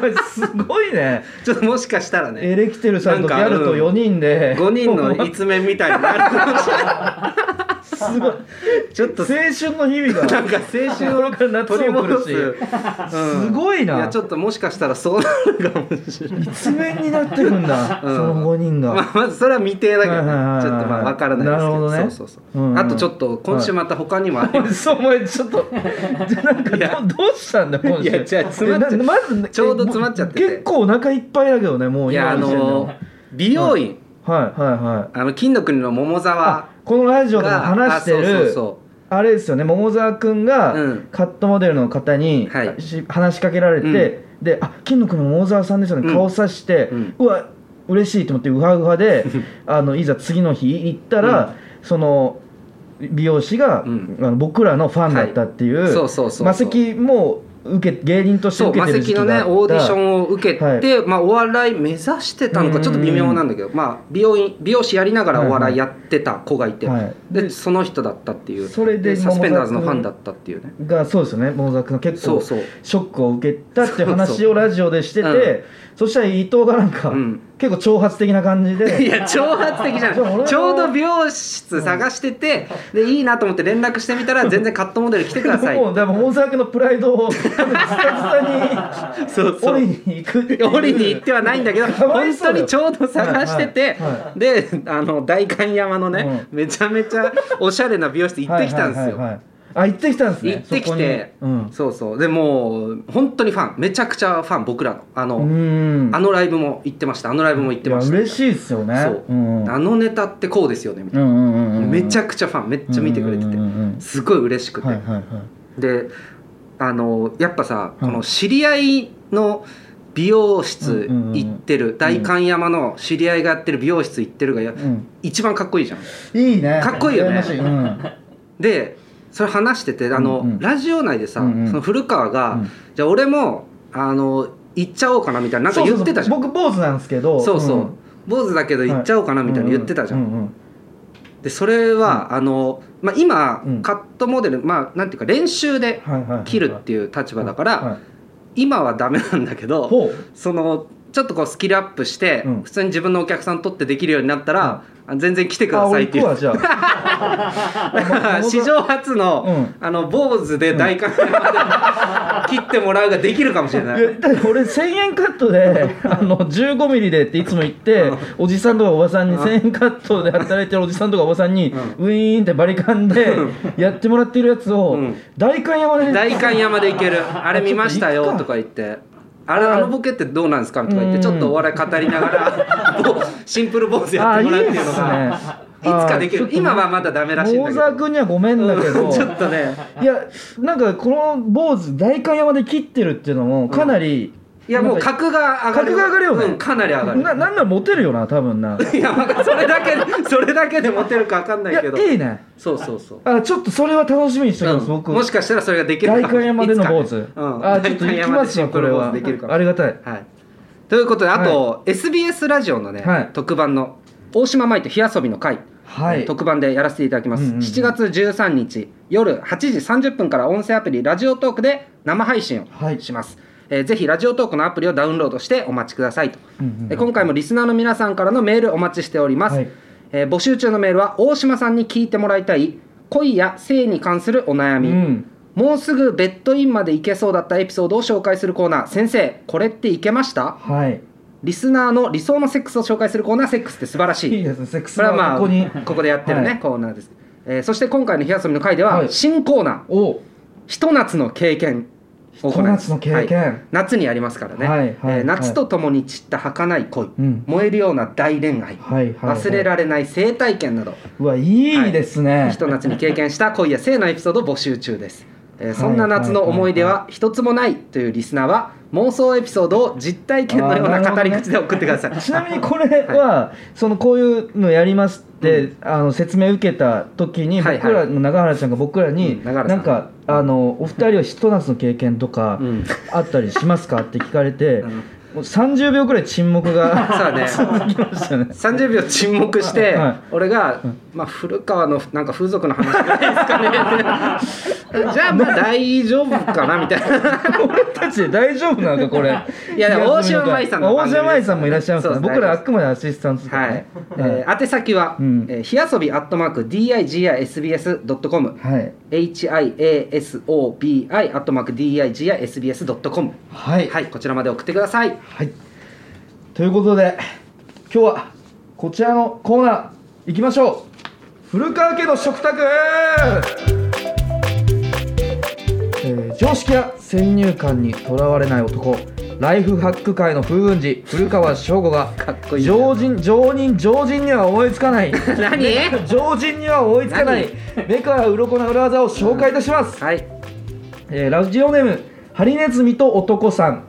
[SPEAKER 2] 前すごいね
[SPEAKER 1] ちょっともしかしたらね
[SPEAKER 2] エレキテルさんとギ
[SPEAKER 1] なんか
[SPEAKER 2] ャルと4人で
[SPEAKER 1] 5人の一面みたいになるかもしれな
[SPEAKER 2] すごい
[SPEAKER 1] いちょっと
[SPEAKER 2] 青春の日々
[SPEAKER 1] なんか
[SPEAKER 2] が
[SPEAKER 1] 青春を
[SPEAKER 2] これから夏
[SPEAKER 1] 取り
[SPEAKER 2] も来
[SPEAKER 1] 戻
[SPEAKER 2] る
[SPEAKER 1] す、
[SPEAKER 2] し
[SPEAKER 1] うん
[SPEAKER 2] すごい
[SPEAKER 1] いや
[SPEAKER 2] な
[SPEAKER 1] ちょっともしかしたらそうなるかもしれない、
[SPEAKER 2] 一面になってるんだそ
[SPEAKER 1] うん
[SPEAKER 2] の5人
[SPEAKER 1] ま
[SPEAKER 2] が
[SPEAKER 1] あ、まずそれは未定だけどね、
[SPEAKER 2] はいはいはいはい
[SPEAKER 1] ちょっとまあわからないですけ
[SPEAKER 2] なる
[SPEAKER 1] ど
[SPEAKER 2] ほどね
[SPEAKER 1] そうそうそう、
[SPEAKER 2] うんうん
[SPEAKER 1] あとちょっと今週また他にもあり
[SPEAKER 2] お
[SPEAKER 1] ま
[SPEAKER 2] い
[SPEAKER 1] す、
[SPEAKER 2] そうお前ちょっとなんか
[SPEAKER 1] いや
[SPEAKER 2] どどうしたんだ今週
[SPEAKER 1] いやじゃあ詰まっちゃう
[SPEAKER 2] えなまず
[SPEAKER 1] ちょうど詰まっちゃってて
[SPEAKER 2] え結構お腹いっぱいだけどねもう
[SPEAKER 1] い
[SPEAKER 2] い
[SPEAKER 1] やあの美容院、
[SPEAKER 2] はいはいはい
[SPEAKER 1] あの金の国の桃
[SPEAKER 2] あ
[SPEAKER 1] 沢
[SPEAKER 2] このラジオでも
[SPEAKER 1] が
[SPEAKER 2] 話して
[SPEAKER 1] あそうそう
[SPEAKER 2] る
[SPEAKER 1] そ
[SPEAKER 2] あれですよね桃沢くんが
[SPEAKER 1] うん
[SPEAKER 2] カットモデルの方に
[SPEAKER 1] はい
[SPEAKER 2] し話しかけられてで「あ金の国の桃沢さんですよね」
[SPEAKER 1] うん
[SPEAKER 2] 顔さして
[SPEAKER 1] うん
[SPEAKER 2] うわ嬉しいと思ってウハウハ
[SPEAKER 1] <laughs>
[SPEAKER 2] であのいざ次の日行ったらその美容師があ
[SPEAKER 1] うん
[SPEAKER 2] の僕らのファンだったっていう
[SPEAKER 1] うそうそうそう
[SPEAKER 2] マセキも受け芸人として
[SPEAKER 1] そう
[SPEAKER 2] 受け
[SPEAKER 1] マ
[SPEAKER 2] てる
[SPEAKER 1] セ
[SPEAKER 2] 時期
[SPEAKER 1] キ
[SPEAKER 2] が
[SPEAKER 1] の
[SPEAKER 2] あった
[SPEAKER 1] ねオーディションを受けて、
[SPEAKER 2] は
[SPEAKER 1] まあ、お笑い目指してたのかちょっと微妙なんだけど、まあ、美容院美容師やりながらお笑いやってた子がいて、
[SPEAKER 2] はい
[SPEAKER 1] でその人だったっていう
[SPEAKER 2] それで
[SPEAKER 1] サスペンダーズのファンだったっていうね
[SPEAKER 2] がそうですよね桃沢君が結
[SPEAKER 1] そう
[SPEAKER 2] 構
[SPEAKER 1] そう
[SPEAKER 2] ショックを受けたっていう
[SPEAKER 1] そうそう
[SPEAKER 2] 話をラジオでして
[SPEAKER 1] うん
[SPEAKER 2] てそしたら伊藤がなんか
[SPEAKER 1] うん
[SPEAKER 2] 結構挑発的な感じ
[SPEAKER 1] い
[SPEAKER 2] で
[SPEAKER 1] や挑発的じゃ
[SPEAKER 2] じゃあ俺
[SPEAKER 1] な
[SPEAKER 2] も
[SPEAKER 1] いちょうど美容室探しててでいいなと思って連絡してみたら全然カットモデル来てください
[SPEAKER 2] もうでも大阪のプライドを多分ズタズタに
[SPEAKER 1] そうそう
[SPEAKER 2] 折りに行くっていう
[SPEAKER 1] 折りに行ってはないんだけど
[SPEAKER 2] かわ
[SPEAKER 1] 本
[SPEAKER 2] いそ
[SPEAKER 1] 当
[SPEAKER 2] うだ
[SPEAKER 1] に
[SPEAKER 2] よ
[SPEAKER 1] ちょうど探してて
[SPEAKER 2] はいは
[SPEAKER 1] であの代官山のねめちゃめちゃおしゃれな美容室行ってきたんです
[SPEAKER 2] はいはいはい
[SPEAKER 1] よ
[SPEAKER 2] はいあ行ってきたんですね
[SPEAKER 1] 行って
[SPEAKER 2] そ
[SPEAKER 1] き
[SPEAKER 2] こに
[SPEAKER 1] て
[SPEAKER 2] うん
[SPEAKER 1] そうそうでもう本当にファンめちゃくちゃファン僕らのあの
[SPEAKER 2] うん
[SPEAKER 1] あのライブも行ってましたあのライブも行って
[SPEAKER 2] いや
[SPEAKER 1] ました
[SPEAKER 2] 嬉しいですよね
[SPEAKER 1] そう
[SPEAKER 2] うんうん
[SPEAKER 1] あのネタってこうですよねみたい
[SPEAKER 2] うんうんう
[SPEAKER 1] なんめちゃくちゃファンめっちゃ見てくれて
[SPEAKER 2] うん
[SPEAKER 1] て
[SPEAKER 2] うんうん
[SPEAKER 1] すごい嬉しくて
[SPEAKER 2] はいはいはい
[SPEAKER 1] であのやっぱさ、
[SPEAKER 2] うん
[SPEAKER 1] この知り合いの美容室行ってる、代官山の知り合いがやってる美容室行ってるがや、
[SPEAKER 2] うん
[SPEAKER 1] 一番かっこいいじゃん。
[SPEAKER 2] いいね
[SPEAKER 1] かっこいいよね
[SPEAKER 2] 羨ましうん
[SPEAKER 1] でそれ話しててあの、
[SPEAKER 2] うんうん
[SPEAKER 1] ラジオ内でさ、
[SPEAKER 2] うんうん
[SPEAKER 1] その古川が、
[SPEAKER 2] うん
[SPEAKER 1] じゃあ俺もあの行っちゃおうかなみ <laughs> たいななんか言ってたじゃん。
[SPEAKER 2] そうそうそう僕坊主なんですけど
[SPEAKER 1] そうそう坊主だけど行っちゃおうかなみたいな言ってたじゃん、
[SPEAKER 2] うううん
[SPEAKER 1] でそれは、あの、まあ、今、
[SPEAKER 2] うん
[SPEAKER 1] カットモデルまあなんていうか練習で
[SPEAKER 2] はいはいはいはい
[SPEAKER 1] 切るっていう立場だから、
[SPEAKER 2] はい
[SPEAKER 1] 今はダメなんだけど、
[SPEAKER 2] ほう
[SPEAKER 1] そのちょっとこうスキルアップして、
[SPEAKER 2] うん
[SPEAKER 1] 普通に自分のお客さん取ってできるようになったら、あ全然来てくださいっていう
[SPEAKER 2] あ俺行くわ
[SPEAKER 1] <laughs>
[SPEAKER 2] じゃあ <laughs> あ
[SPEAKER 1] 史上初の,、
[SPEAKER 2] うん
[SPEAKER 1] あの坊主で大観ま
[SPEAKER 2] <laughs>
[SPEAKER 1] で切ってもらうができるかもしれない
[SPEAKER 2] い。やだって俺1000円カットであの15ミリでっていつも言って
[SPEAKER 1] うん
[SPEAKER 2] おじさんとかおばさんに
[SPEAKER 1] うん
[SPEAKER 2] 1000円カットで働いてるおじさんとかおばさんにウ
[SPEAKER 1] う
[SPEAKER 2] ィーンってバリカンで
[SPEAKER 1] うん
[SPEAKER 2] やってもらってるやつを
[SPEAKER 1] うん
[SPEAKER 2] 代官山で
[SPEAKER 1] 大観山でいけるあれ見ましたよとか言って。あれあのボケってどうなんですかとか言っ
[SPEAKER 2] う
[SPEAKER 1] て
[SPEAKER 2] ん
[SPEAKER 1] ちょっとお笑い語りながらぼシンプル坊主や
[SPEAKER 2] あ
[SPEAKER 1] っ
[SPEAKER 2] あ
[SPEAKER 1] て
[SPEAKER 2] い
[SPEAKER 1] もら
[SPEAKER 2] い
[SPEAKER 1] うって
[SPEAKER 2] で
[SPEAKER 1] いう
[SPEAKER 2] す
[SPEAKER 1] の
[SPEAKER 2] ね
[SPEAKER 1] がいつかできる今はまだダメらしいんだ
[SPEAKER 2] 大
[SPEAKER 1] け
[SPEAKER 2] 沢
[SPEAKER 1] ど
[SPEAKER 2] 君にはごめんだけど
[SPEAKER 1] ちょっとね
[SPEAKER 2] いやなんかこの坊主代官山で切ってるっていうのもかなり、
[SPEAKER 1] いやもう格が上がる
[SPEAKER 2] 格が上がるよね
[SPEAKER 1] うんかなり上がる
[SPEAKER 2] <laughs> ななんならモテるよな多分ない
[SPEAKER 1] や、わかんそれだけで、それだけでモテるかわかんない
[SPEAKER 2] や
[SPEAKER 1] けど。
[SPEAKER 2] いいね
[SPEAKER 1] そうそうそう。
[SPEAKER 2] あちょっとそれは楽しみにしておきます、
[SPEAKER 1] うん
[SPEAKER 2] 僕
[SPEAKER 1] もしかしたらそれができる
[SPEAKER 2] 大
[SPEAKER 1] か
[SPEAKER 2] 官山での坊
[SPEAKER 1] いつ
[SPEAKER 2] 主、
[SPEAKER 1] かねうん、
[SPEAKER 2] あちょっと
[SPEAKER 1] 大官
[SPEAKER 2] 行きますよこれは
[SPEAKER 1] 山でシンプル坊主できるかも
[SPEAKER 2] ありがたい
[SPEAKER 1] はい。ということで、あと、SBS ラジオのね、
[SPEAKER 2] はい
[SPEAKER 1] 特番の大島舞と火遊びの会、
[SPEAKER 2] はい
[SPEAKER 1] 特番でやらせていただきます。
[SPEAKER 2] うんうんうん
[SPEAKER 1] 7月13日夜8時30分から音声アプリラジオトークで生配信
[SPEAKER 2] は
[SPEAKER 1] を
[SPEAKER 2] い
[SPEAKER 1] します。えーぜひラジオトークのアプリをダウンロードしてお待ちくださいと。
[SPEAKER 2] うんうん
[SPEAKER 1] えー今回もリスナーの皆さんからのメールお待ちしております、
[SPEAKER 2] はい
[SPEAKER 1] えー募集中のメールは大島さんに聞いてもらいたい恋や性に関するお悩
[SPEAKER 2] う
[SPEAKER 1] み、
[SPEAKER 2] ん
[SPEAKER 1] もうすぐベッドインまで行けそうだったエピソードを紹介するコーナー先生これっていけました
[SPEAKER 2] はい
[SPEAKER 1] リスナーの理想のセックスを紹介するコーナーセックスって素晴らし
[SPEAKER 2] いい
[SPEAKER 1] い
[SPEAKER 2] ですねセックス
[SPEAKER 1] これはま
[SPEAKER 2] は
[SPEAKER 1] あ
[SPEAKER 2] ここに、
[SPEAKER 1] ここでやってるね、
[SPEAKER 2] はい
[SPEAKER 1] コーナーです、えーそして今回の「火遊び」の回では、
[SPEAKER 2] はい
[SPEAKER 1] 新コーナー
[SPEAKER 2] お
[SPEAKER 1] 「ひと夏の経験」を行います
[SPEAKER 2] ひと夏の経験
[SPEAKER 1] はい夏にありますからね、
[SPEAKER 2] はいはい
[SPEAKER 1] えー
[SPEAKER 2] はい
[SPEAKER 1] 夏とともに散った儚い恋、
[SPEAKER 2] うん
[SPEAKER 1] 燃えるような大恋愛、
[SPEAKER 2] はいはい、はい、
[SPEAKER 1] 忘れられない性体験など、
[SPEAKER 2] うわいいですね、
[SPEAKER 1] ひと夏に経験した恋や性のエピソードを募集中です、えーそんな夏の思い出は一つもないというリスナーは妄想エピソードを実体験のような語り口で送ってくださ <laughs> い、
[SPEAKER 2] ちなみにこれは、そのこういうのやりますって、あの説明受けた時に
[SPEAKER 1] はいはい
[SPEAKER 2] 僕らの永原ちゃんが僕らに、
[SPEAKER 1] うん永原さん
[SPEAKER 2] なんかあのお二人はひと夏の経験とか
[SPEAKER 1] うん
[SPEAKER 2] あったりしますかって聞かれて、
[SPEAKER 1] <laughs> うん
[SPEAKER 2] もう30秒ぐらい沈黙が <laughs>
[SPEAKER 1] そうだね
[SPEAKER 2] 続きましたね。
[SPEAKER 1] 30秒沈黙して、
[SPEAKER 2] はい
[SPEAKER 1] 俺が、まあ、古川のなんか風俗の話ぐらいですかね
[SPEAKER 2] <laughs>
[SPEAKER 1] じゃあまあ大丈夫かなみたいな
[SPEAKER 2] 俺たち大丈夫なのかこれ
[SPEAKER 1] <laughs> いやでも大島麻衣さんの番組で
[SPEAKER 2] 大
[SPEAKER 1] す
[SPEAKER 2] 島麻衣さんもいらっしゃいますから、
[SPEAKER 1] そうです
[SPEAKER 2] 僕らあくまでアシスタントですか
[SPEAKER 1] は
[SPEAKER 2] ら
[SPEAKER 1] い
[SPEAKER 2] ね、
[SPEAKER 1] えー宛先は、
[SPEAKER 2] うん
[SPEAKER 1] えー、火遊びアットマーク digisbs.com、
[SPEAKER 2] はい
[SPEAKER 1] hiasobi アットマーク dig や sbs.com
[SPEAKER 2] はい
[SPEAKER 1] はいこちらまで送ってください
[SPEAKER 2] はい。ということで、今日はこちらのコーナー行きましょう。古川家の食卓。えー常識や先入観にとらわれない男ライフハック界の風雲児古川翔吾が
[SPEAKER 1] かっこいいな
[SPEAKER 2] 常人常人常人には思いつかない
[SPEAKER 1] <laughs> 何
[SPEAKER 2] 常人には思いつかない目から鱗の裏技を紹介いたします、
[SPEAKER 1] はい
[SPEAKER 2] えーラジオネームハリネズミと男さん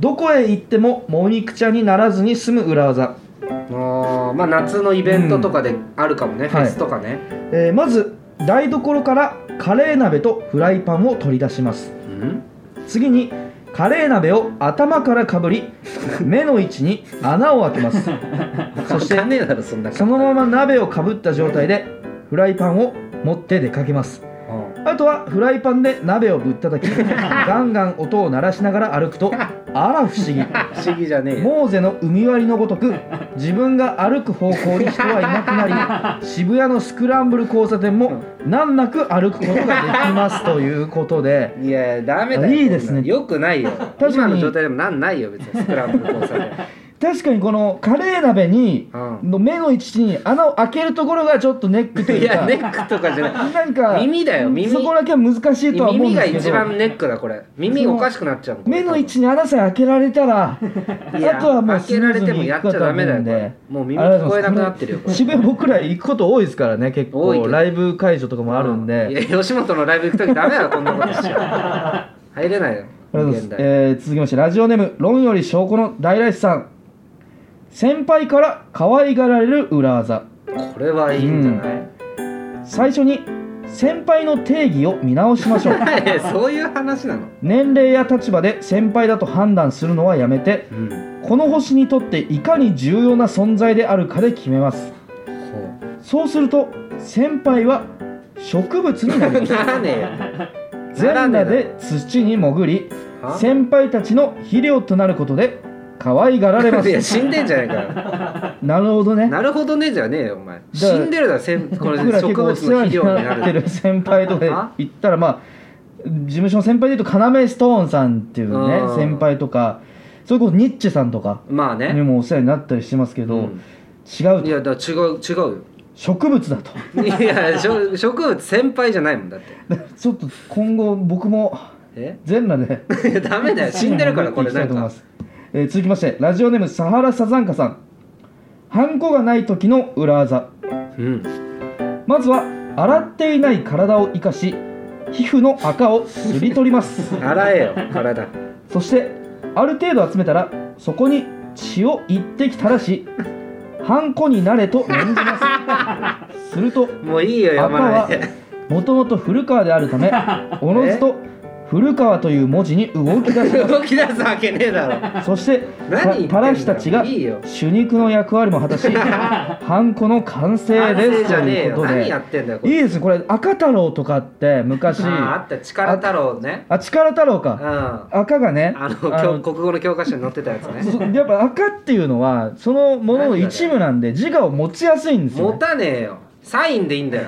[SPEAKER 2] どこへ行ってももみくちゃにならずに済む裏技、
[SPEAKER 1] もうまあ夏のイベントとかであるかもね、フェスとかね、
[SPEAKER 2] えーまず台所からカレー鍋とフライパンを取り出します
[SPEAKER 1] うん
[SPEAKER 2] 次にカレー鍋を頭からかぶり目の位置に穴を開けますそして
[SPEAKER 1] わかんねえだろそんな
[SPEAKER 2] そのまま鍋をかぶった状態でフライパンを持って出かけますあとはフライパンで鍋をぶったたきガンガン音を鳴らしながら歩くとあら不思議
[SPEAKER 1] 不思議じゃねえよ
[SPEAKER 2] モーゼの海割りのごとく自分が歩く方向に人はいなくなり渋谷のスクランブル交差点も難なく歩くことができますということで
[SPEAKER 1] いやダメだよ
[SPEAKER 2] いいですね
[SPEAKER 1] よくないよ
[SPEAKER 2] かに
[SPEAKER 1] 今の状態でもなんないよ別にスクランブル交差点
[SPEAKER 2] 確かにこのカレー鍋に
[SPEAKER 1] うん
[SPEAKER 2] の目の位置に穴を開けるところがちょっとネックと
[SPEAKER 1] い
[SPEAKER 2] <laughs> いう
[SPEAKER 1] や
[SPEAKER 2] か
[SPEAKER 1] ネックとかじゃない
[SPEAKER 2] なんか
[SPEAKER 1] 耳だよ耳
[SPEAKER 2] そこだけは難しいとは思うん
[SPEAKER 1] 耳が
[SPEAKER 2] です
[SPEAKER 1] 一
[SPEAKER 2] けど
[SPEAKER 1] 番ネックだこれ耳おかしくなっちゃう
[SPEAKER 2] 目の位置に穴さえ開けられたら
[SPEAKER 1] いや
[SPEAKER 2] あとはもう
[SPEAKER 1] 開けられてもやっちゃダメだよこれもう耳聞こえなくなってるよこれ
[SPEAKER 2] 渋谷僕ら行くこと多いですからね結
[SPEAKER 1] 多いけ
[SPEAKER 2] 構
[SPEAKER 1] ど
[SPEAKER 2] ライブ会場とかもあるん
[SPEAKER 1] い
[SPEAKER 2] で、
[SPEAKER 1] や吉本のライブ行く時ダメだろこんな <laughs> ことしちゃ入れないよ
[SPEAKER 2] ありがとうござい
[SPEAKER 1] 現
[SPEAKER 2] ます
[SPEAKER 1] 代
[SPEAKER 2] えー続きましてラジオネーム「論より証拠の大来さん」先輩から可愛がられる裏技
[SPEAKER 1] これはいいんじゃない、
[SPEAKER 2] 最初に先輩の定義を見直しま
[SPEAKER 1] <laughs>
[SPEAKER 2] しょう
[SPEAKER 1] えそういう話なの、
[SPEAKER 2] 年齢や立場で先輩だと判断するのはやめて
[SPEAKER 1] うん、
[SPEAKER 2] この星にとっていかに重要な存在であるかで決めますそうすると先輩は植物になります
[SPEAKER 1] <laughs> ならねえよ
[SPEAKER 2] 全裸で土に潜り
[SPEAKER 1] は
[SPEAKER 2] 先輩たちの肥料となることで可愛がられま
[SPEAKER 1] いや
[SPEAKER 2] す
[SPEAKER 1] 死んでんじゃないか
[SPEAKER 2] <laughs>
[SPEAKER 1] よ
[SPEAKER 2] なるほどね
[SPEAKER 1] なるほどねじゃねえよお前
[SPEAKER 2] じゃあ
[SPEAKER 1] 死んでるだろせんこれ植
[SPEAKER 2] 僕ら
[SPEAKER 1] 物
[SPEAKER 2] 結構
[SPEAKER 1] の
[SPEAKER 2] お世話
[SPEAKER 1] 肥
[SPEAKER 2] に
[SPEAKER 1] 料にな
[SPEAKER 2] なって
[SPEAKER 1] る
[SPEAKER 2] る先輩とかで
[SPEAKER 1] は
[SPEAKER 2] 言ったらまあ事務所の先輩で言うと要ストーンさんっていう
[SPEAKER 1] う
[SPEAKER 2] ね
[SPEAKER 1] ん
[SPEAKER 2] 先輩とかそれこそニッチェさんとか
[SPEAKER 1] まあ
[SPEAKER 2] に
[SPEAKER 1] ね、
[SPEAKER 2] もお世話になったりしてますけ
[SPEAKER 1] う
[SPEAKER 2] ど、
[SPEAKER 1] ん、
[SPEAKER 2] 違う
[SPEAKER 1] い
[SPEAKER 2] と
[SPEAKER 1] やだから違う違うよ
[SPEAKER 2] 植物だと <laughs>
[SPEAKER 1] いや植植物先輩じゃないもんだって
[SPEAKER 2] ちょっと今後僕も
[SPEAKER 1] え
[SPEAKER 2] 全裸で
[SPEAKER 1] いやダメ
[SPEAKER 2] <laughs>
[SPEAKER 1] だよ死んでるからこれなんか
[SPEAKER 2] 行きたいと思いますえー続きましてラジオネームサハラサザンカさんハンコがない時の裏技
[SPEAKER 1] うん
[SPEAKER 2] まずは洗っていない体を生かし皮膚の赤をすり取ります
[SPEAKER 1] <laughs> 洗えよ体
[SPEAKER 2] そしてある程度集めたらそこに血を一滴垂らしハンコになれと念じ
[SPEAKER 1] <laughs>
[SPEAKER 2] ますすると
[SPEAKER 1] もういいよ読まないで
[SPEAKER 2] もともと古川であるた
[SPEAKER 1] <laughs>
[SPEAKER 2] めおのずと古川という文字に動き出します
[SPEAKER 1] 動き出すわけねえだろ
[SPEAKER 2] そして
[SPEAKER 1] 何言ってんだよ
[SPEAKER 2] パラシたちが
[SPEAKER 1] いいよ
[SPEAKER 2] 主肉の役割も果た
[SPEAKER 1] <laughs>
[SPEAKER 2] しハンコの完成です
[SPEAKER 1] じ
[SPEAKER 2] と
[SPEAKER 1] ゃねえ
[SPEAKER 2] いう
[SPEAKER 1] よ
[SPEAKER 2] こと
[SPEAKER 1] 何や
[SPEAKER 2] で
[SPEAKER 1] ってんだよこ
[SPEAKER 2] いい
[SPEAKER 1] れ
[SPEAKER 2] ですねこれ赤太郎とかって昔
[SPEAKER 1] あーあ
[SPEAKER 2] あ
[SPEAKER 1] った力太郎ね
[SPEAKER 2] 力太郎
[SPEAKER 1] うん
[SPEAKER 2] か
[SPEAKER 1] あ
[SPEAKER 2] 赤がね
[SPEAKER 1] の
[SPEAKER 2] あ
[SPEAKER 1] 教
[SPEAKER 2] の
[SPEAKER 1] 国語の教科書に載ってたやつね
[SPEAKER 2] そ <laughs> やっぱ赤っていうのはそのものの一部なんで自我を持ちやすいんですよ
[SPEAKER 1] 持
[SPEAKER 2] ね
[SPEAKER 1] たねえよサインでいいんだ
[SPEAKER 2] <laughs>
[SPEAKER 1] よ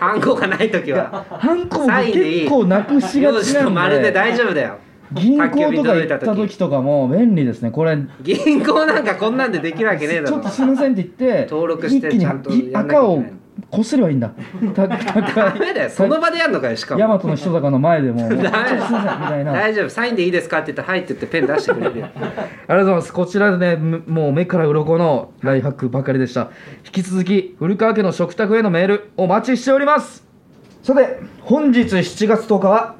[SPEAKER 1] ハンコがない時は
[SPEAKER 2] ハンコも
[SPEAKER 1] サインでいい
[SPEAKER 2] 結構なくし
[SPEAKER 1] 用
[SPEAKER 2] が
[SPEAKER 1] 紙
[SPEAKER 2] ち
[SPEAKER 1] と
[SPEAKER 2] な
[SPEAKER 1] 丸で
[SPEAKER 2] んで
[SPEAKER 1] 大丈夫だよ
[SPEAKER 2] 銀行
[SPEAKER 1] 宅急
[SPEAKER 2] と
[SPEAKER 1] 便
[SPEAKER 2] か
[SPEAKER 1] 届
[SPEAKER 2] 行
[SPEAKER 1] い
[SPEAKER 2] った
[SPEAKER 1] 時
[SPEAKER 2] た時とかも便利ですねこれ
[SPEAKER 1] 銀行なんかこんなんでできるわけねえだ
[SPEAKER 2] ちょ
[SPEAKER 1] ろ
[SPEAKER 2] っとすいませんって言って
[SPEAKER 1] 登録して
[SPEAKER 2] 一気に
[SPEAKER 1] ちゃんとやんなきゃいけない
[SPEAKER 2] 赤をこすればいいんだた
[SPEAKER 1] ダ
[SPEAKER 2] 高
[SPEAKER 1] メだよその場でやんのかよしか
[SPEAKER 2] ヤ
[SPEAKER 1] も
[SPEAKER 2] マトの人高の前
[SPEAKER 1] <laughs>
[SPEAKER 2] でも「ちょっとすいません」みたいなあり
[SPEAKER 1] 大丈夫サインでいいですかって言ったら「はい」って言ってペン出してくれるよ
[SPEAKER 2] <laughs> がとうございますこちらでねむもう目から鱗のライフハックばかりでした引き続き古川家の食卓へのメールお待ちしておりますさて本日7月10日は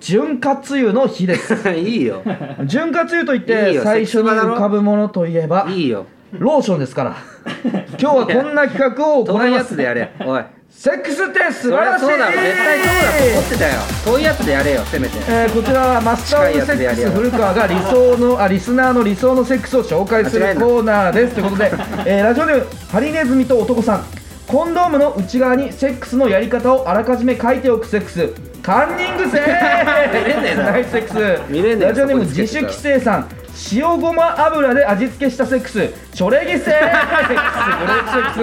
[SPEAKER 2] 潤滑油の日です
[SPEAKER 1] <laughs> いいよ
[SPEAKER 2] 潤滑油といっ
[SPEAKER 1] いい
[SPEAKER 2] て
[SPEAKER 1] よ
[SPEAKER 2] 最初に浮かぶものといえば
[SPEAKER 1] <laughs> いいよ
[SPEAKER 2] ローションですから今日はこんな企画を
[SPEAKER 1] 遠い
[SPEAKER 2] 行い
[SPEAKER 1] や
[SPEAKER 2] ま
[SPEAKER 1] つ
[SPEAKER 2] す
[SPEAKER 1] でやれおい
[SPEAKER 2] セックスって素晴らしい
[SPEAKER 1] そりゃそうだろ絶対そうだと思ってたよそういうやつでやれよせめて
[SPEAKER 2] えーこちらはマスター・オブ・セックス古川が理想のあリスナーの理想のセックスを紹介するコーナーですということ
[SPEAKER 1] <laughs>
[SPEAKER 2] で、えーラジオネームハリネズミと男さんコンドームの内側にセックスのやり方をあらかじめ書いておくセックスカンニングセックス
[SPEAKER 1] 見れねえな
[SPEAKER 2] ナイスセックス
[SPEAKER 1] 見れねえ
[SPEAKER 2] ラジオネーム
[SPEAKER 1] そこに
[SPEAKER 2] 自
[SPEAKER 1] つけ
[SPEAKER 2] 主
[SPEAKER 1] てた
[SPEAKER 2] 規制さん塩ごま油で味付けしたセックスチョレギセックスグレ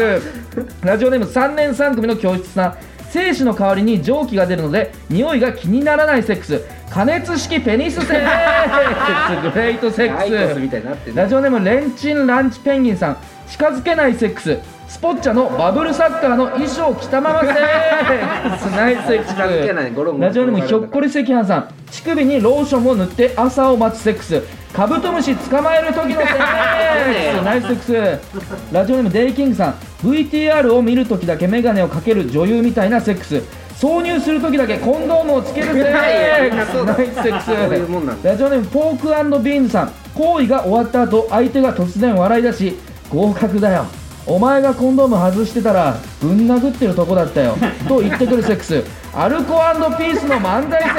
[SPEAKER 2] ープセックスラジオネーム3年3組の教室さん精子の代わりに蒸気が出るので匂いが気にならないセックス加熱式ペニスセックスグレートセッ
[SPEAKER 1] アイコスみ
[SPEAKER 2] ク
[SPEAKER 1] たいになって
[SPEAKER 2] ス
[SPEAKER 1] る
[SPEAKER 2] ラジオネームレンチンランチペンギンさん近づけないセックススポッチャのバブルサッカーの衣装を着たままセ
[SPEAKER 1] <laughs>
[SPEAKER 2] ックスナイスセックス
[SPEAKER 1] 近づけないゴロンゴロン
[SPEAKER 2] ラジオネームひょっこり赤飯さん乳首にローションを塗って朝を待つセックスカブトムシ捕まえる
[SPEAKER 1] <laughs>
[SPEAKER 2] 時のセックスナイスセックスラジオネームデイキングさん VTR を見る時だけ眼鏡をかける女優みたいなセックス挿入する時だけコンドームをつけるセックス
[SPEAKER 1] <laughs> いやいやそうだ
[SPEAKER 2] ナイスセックス
[SPEAKER 1] そういうもんなんだ
[SPEAKER 2] ラジオネームポークビーンズさん行為が終わった後相手が突然笑い出し合格だよお前がコンドーム外してたらぶん殴ってるとこだったよと言ってくるセックスアルコピースの漫才セ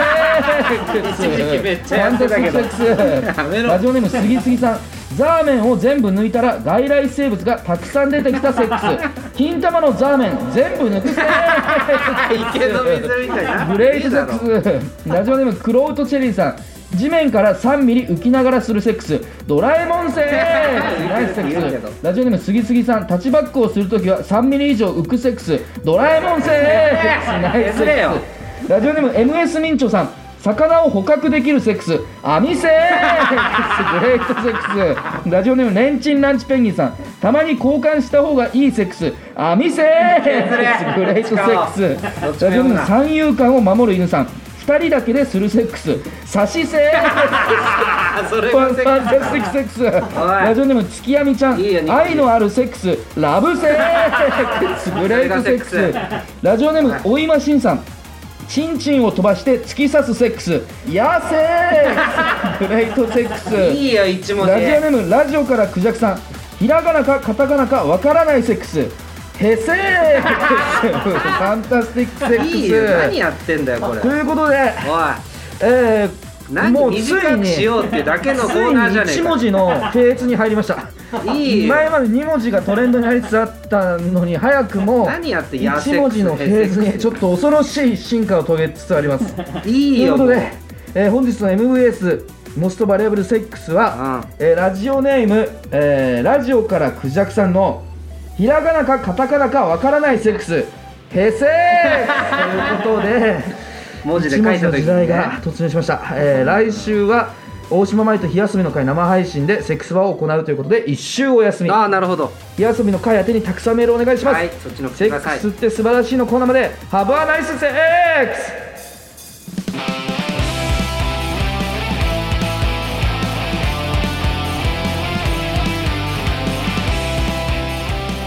[SPEAKER 2] ックス
[SPEAKER 1] 一時期めっちゃやってたけど
[SPEAKER 2] ファンタスティックセックス
[SPEAKER 1] やめろ
[SPEAKER 2] ラジオネームすぎすぎさんザーメンを全部抜いたら外来生物がたくさん出てきたセックス金玉のザーメン全部抜くセックス
[SPEAKER 1] 池の水みたいな
[SPEAKER 2] グレートセ
[SPEAKER 1] いいだろ
[SPEAKER 2] ックスラジオネームクロウトチェリーさん地面から3ミリ浮きながらするセックスドラえ
[SPEAKER 1] <laughs>
[SPEAKER 2] もんセックスナイスセ
[SPEAKER 1] 言うけ
[SPEAKER 2] ッ
[SPEAKER 1] ど
[SPEAKER 2] クスラジオネームすぎすぎさんタッチバックをするときは3ミリ以上浮くセックスドラえ
[SPEAKER 1] <laughs>
[SPEAKER 2] もんセックスナイスセ
[SPEAKER 1] 削れ
[SPEAKER 2] ッ
[SPEAKER 1] よ
[SPEAKER 2] クスラジオネーム MS 民長さん魚を捕獲できるセックス網 <laughs> セックスグレートセックスラジオネームレンチンランチペンギンさんたまに交換した方がいいセックス
[SPEAKER 1] <laughs>
[SPEAKER 2] 網セックスグレートセックス
[SPEAKER 1] どっちも
[SPEAKER 2] ラジ
[SPEAKER 1] 読む
[SPEAKER 2] オネーム
[SPEAKER 1] な
[SPEAKER 2] 三遊間を守る犬さん2人だけでするセックス差しセッ
[SPEAKER 1] あそれ
[SPEAKER 2] クスファ
[SPEAKER 1] が
[SPEAKER 2] ン
[SPEAKER 1] セ
[SPEAKER 2] タ
[SPEAKER 1] ック
[SPEAKER 2] スティックセックスラジオネーム月闇ちゃん
[SPEAKER 1] いいよニッキー
[SPEAKER 2] 愛のあるセックスラブセックスグレートセック
[SPEAKER 1] それが
[SPEAKER 2] スラジオネームお今しんさんチンチンを飛ばして突き刺すセックスヤセックスグレートセックス
[SPEAKER 1] スいいよ一文字
[SPEAKER 2] ラジオネームラジオからクジャクさんひらがなかカタカナかわからないセックスヘ
[SPEAKER 1] <laughs>
[SPEAKER 2] セックスファンタスティックセックス
[SPEAKER 1] いいよ何やってんだよこれ
[SPEAKER 2] ということで、
[SPEAKER 1] おい
[SPEAKER 2] えー、
[SPEAKER 1] 何
[SPEAKER 2] もうつい
[SPEAKER 1] 短く
[SPEAKER 2] に
[SPEAKER 1] し
[SPEAKER 2] ついに
[SPEAKER 1] ようってだけのコーナーじゃねえ
[SPEAKER 2] 1文字のフェーズに入りました
[SPEAKER 1] かいいよ
[SPEAKER 2] 前まで2文字がトレンドになりつつあったのに早くも
[SPEAKER 1] 何やってんや
[SPEAKER 2] 1文字のフェーズにちょっと恐ろしい進化を遂げつつあります
[SPEAKER 1] い
[SPEAKER 2] と
[SPEAKER 1] い
[SPEAKER 2] いう
[SPEAKER 1] よ
[SPEAKER 2] こと
[SPEAKER 1] も
[SPEAKER 2] で、えー本日の MVS モストバリアブルセックスは、えーラジオネーム、えーラジオからクジャクさんのひらがなかカタカナかわからないセックスヘセー
[SPEAKER 1] <laughs>
[SPEAKER 2] クということで
[SPEAKER 1] う文字で
[SPEAKER 2] 一
[SPEAKER 1] 書
[SPEAKER 2] 文
[SPEAKER 1] い
[SPEAKER 2] 字
[SPEAKER 1] た
[SPEAKER 2] の
[SPEAKER 1] 時
[SPEAKER 2] 時
[SPEAKER 1] に
[SPEAKER 2] 代
[SPEAKER 1] ね
[SPEAKER 2] が突入しました、えー来週は大島舞と火遊びの会生配信でセックスバーを行うということで一週お休み
[SPEAKER 1] ああなるほど
[SPEAKER 2] 火遊びの会宛てにたくさんメールお願いします、
[SPEAKER 1] はいそっちの方
[SPEAKER 2] セ
[SPEAKER 1] く
[SPEAKER 2] ッ
[SPEAKER 1] ださ
[SPEAKER 2] ク
[SPEAKER 1] い
[SPEAKER 2] スって素晴らしいのコーナーまでハバーナイスセックス
[SPEAKER 1] はい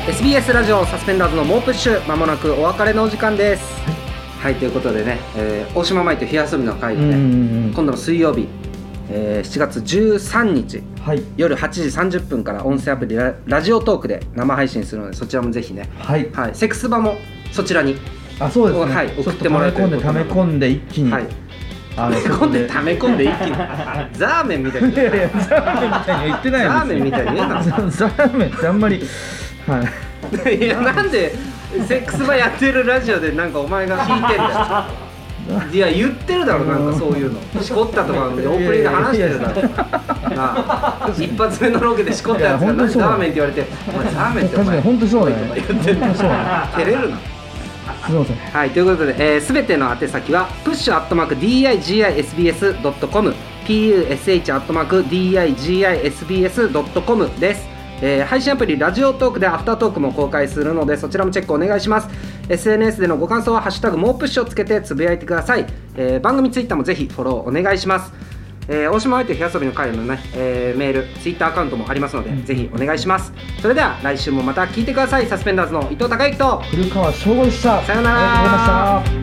[SPEAKER 1] SBS ラジオサスペンダーズの猛プッシュまもなくお別れのお時間ですはいということでね、えー大島舞と火遊びの会の
[SPEAKER 2] うん
[SPEAKER 1] ね
[SPEAKER 2] うんうん
[SPEAKER 1] 今度の水曜日、えー7月13日
[SPEAKER 2] はい
[SPEAKER 1] 夜8時30分から音声アプリララジオトークで生配信するのでそちらもぜひね、
[SPEAKER 2] はい
[SPEAKER 1] はい、セックス場もそちらに、
[SPEAKER 2] あそうですね、
[SPEAKER 1] はい
[SPEAKER 2] ちょ
[SPEAKER 1] 送っ
[SPEAKER 2] っと
[SPEAKER 1] て
[SPEAKER 2] 溜
[SPEAKER 1] も
[SPEAKER 2] め
[SPEAKER 1] らうと
[SPEAKER 2] 込
[SPEAKER 1] い
[SPEAKER 2] んで
[SPEAKER 1] うこと
[SPEAKER 2] 溜め
[SPEAKER 1] なので
[SPEAKER 2] 込んで一気に、
[SPEAKER 1] はい、
[SPEAKER 2] あの
[SPEAKER 1] <laughs> 溜め込んで
[SPEAKER 2] そこ
[SPEAKER 1] 溜め込んで一気に <laughs> ザーメンみたいに
[SPEAKER 2] い
[SPEAKER 1] <laughs>
[SPEAKER 2] やいやザーメンみたいには言ってない
[SPEAKER 1] ザーメンみたいに言うな
[SPEAKER 2] なザーメンってあんまりはい
[SPEAKER 1] <laughs> いやなんでセックス場やってるラジオでなんかお前が聞いてんだよ
[SPEAKER 2] <laughs>
[SPEAKER 1] いや言ってるだろなんかそういうのしこったとかオープニングで話してるだろ
[SPEAKER 2] いやい
[SPEAKER 1] なあ一発目のロケでしこったやつ
[SPEAKER 2] いや
[SPEAKER 1] が
[SPEAKER 2] 本当
[SPEAKER 1] 何
[SPEAKER 2] そうだ
[SPEAKER 1] ザーメンって言われてお前ザーメンってお
[SPEAKER 2] 確かに
[SPEAKER 1] 前
[SPEAKER 2] 本当そうだ
[SPEAKER 1] とか <laughs>
[SPEAKER 2] ね
[SPEAKER 1] 言ってる照れるな
[SPEAKER 2] すいません
[SPEAKER 1] はい、ということで、えー、全ての宛先は push.digisbs.com push.digisbs.com です、えー配信アプリラジオトークでアフタートークも公開するのでそちらもチェックお願いします SNS でのご感想は「ハッシュタグもうプッシュ」をつけてつぶやいてください、えー番組ツイッターもぜひフォローお願いしますえー大島愛と火遊びの会のね、えーメールツイッターアカウントもありますので、ぜひお願いしますそれでは来週もまた聞いてくださいサスペンダーズの伊藤孝之と
[SPEAKER 2] 古川翔吾でした
[SPEAKER 1] さようなら
[SPEAKER 2] ありがとうございました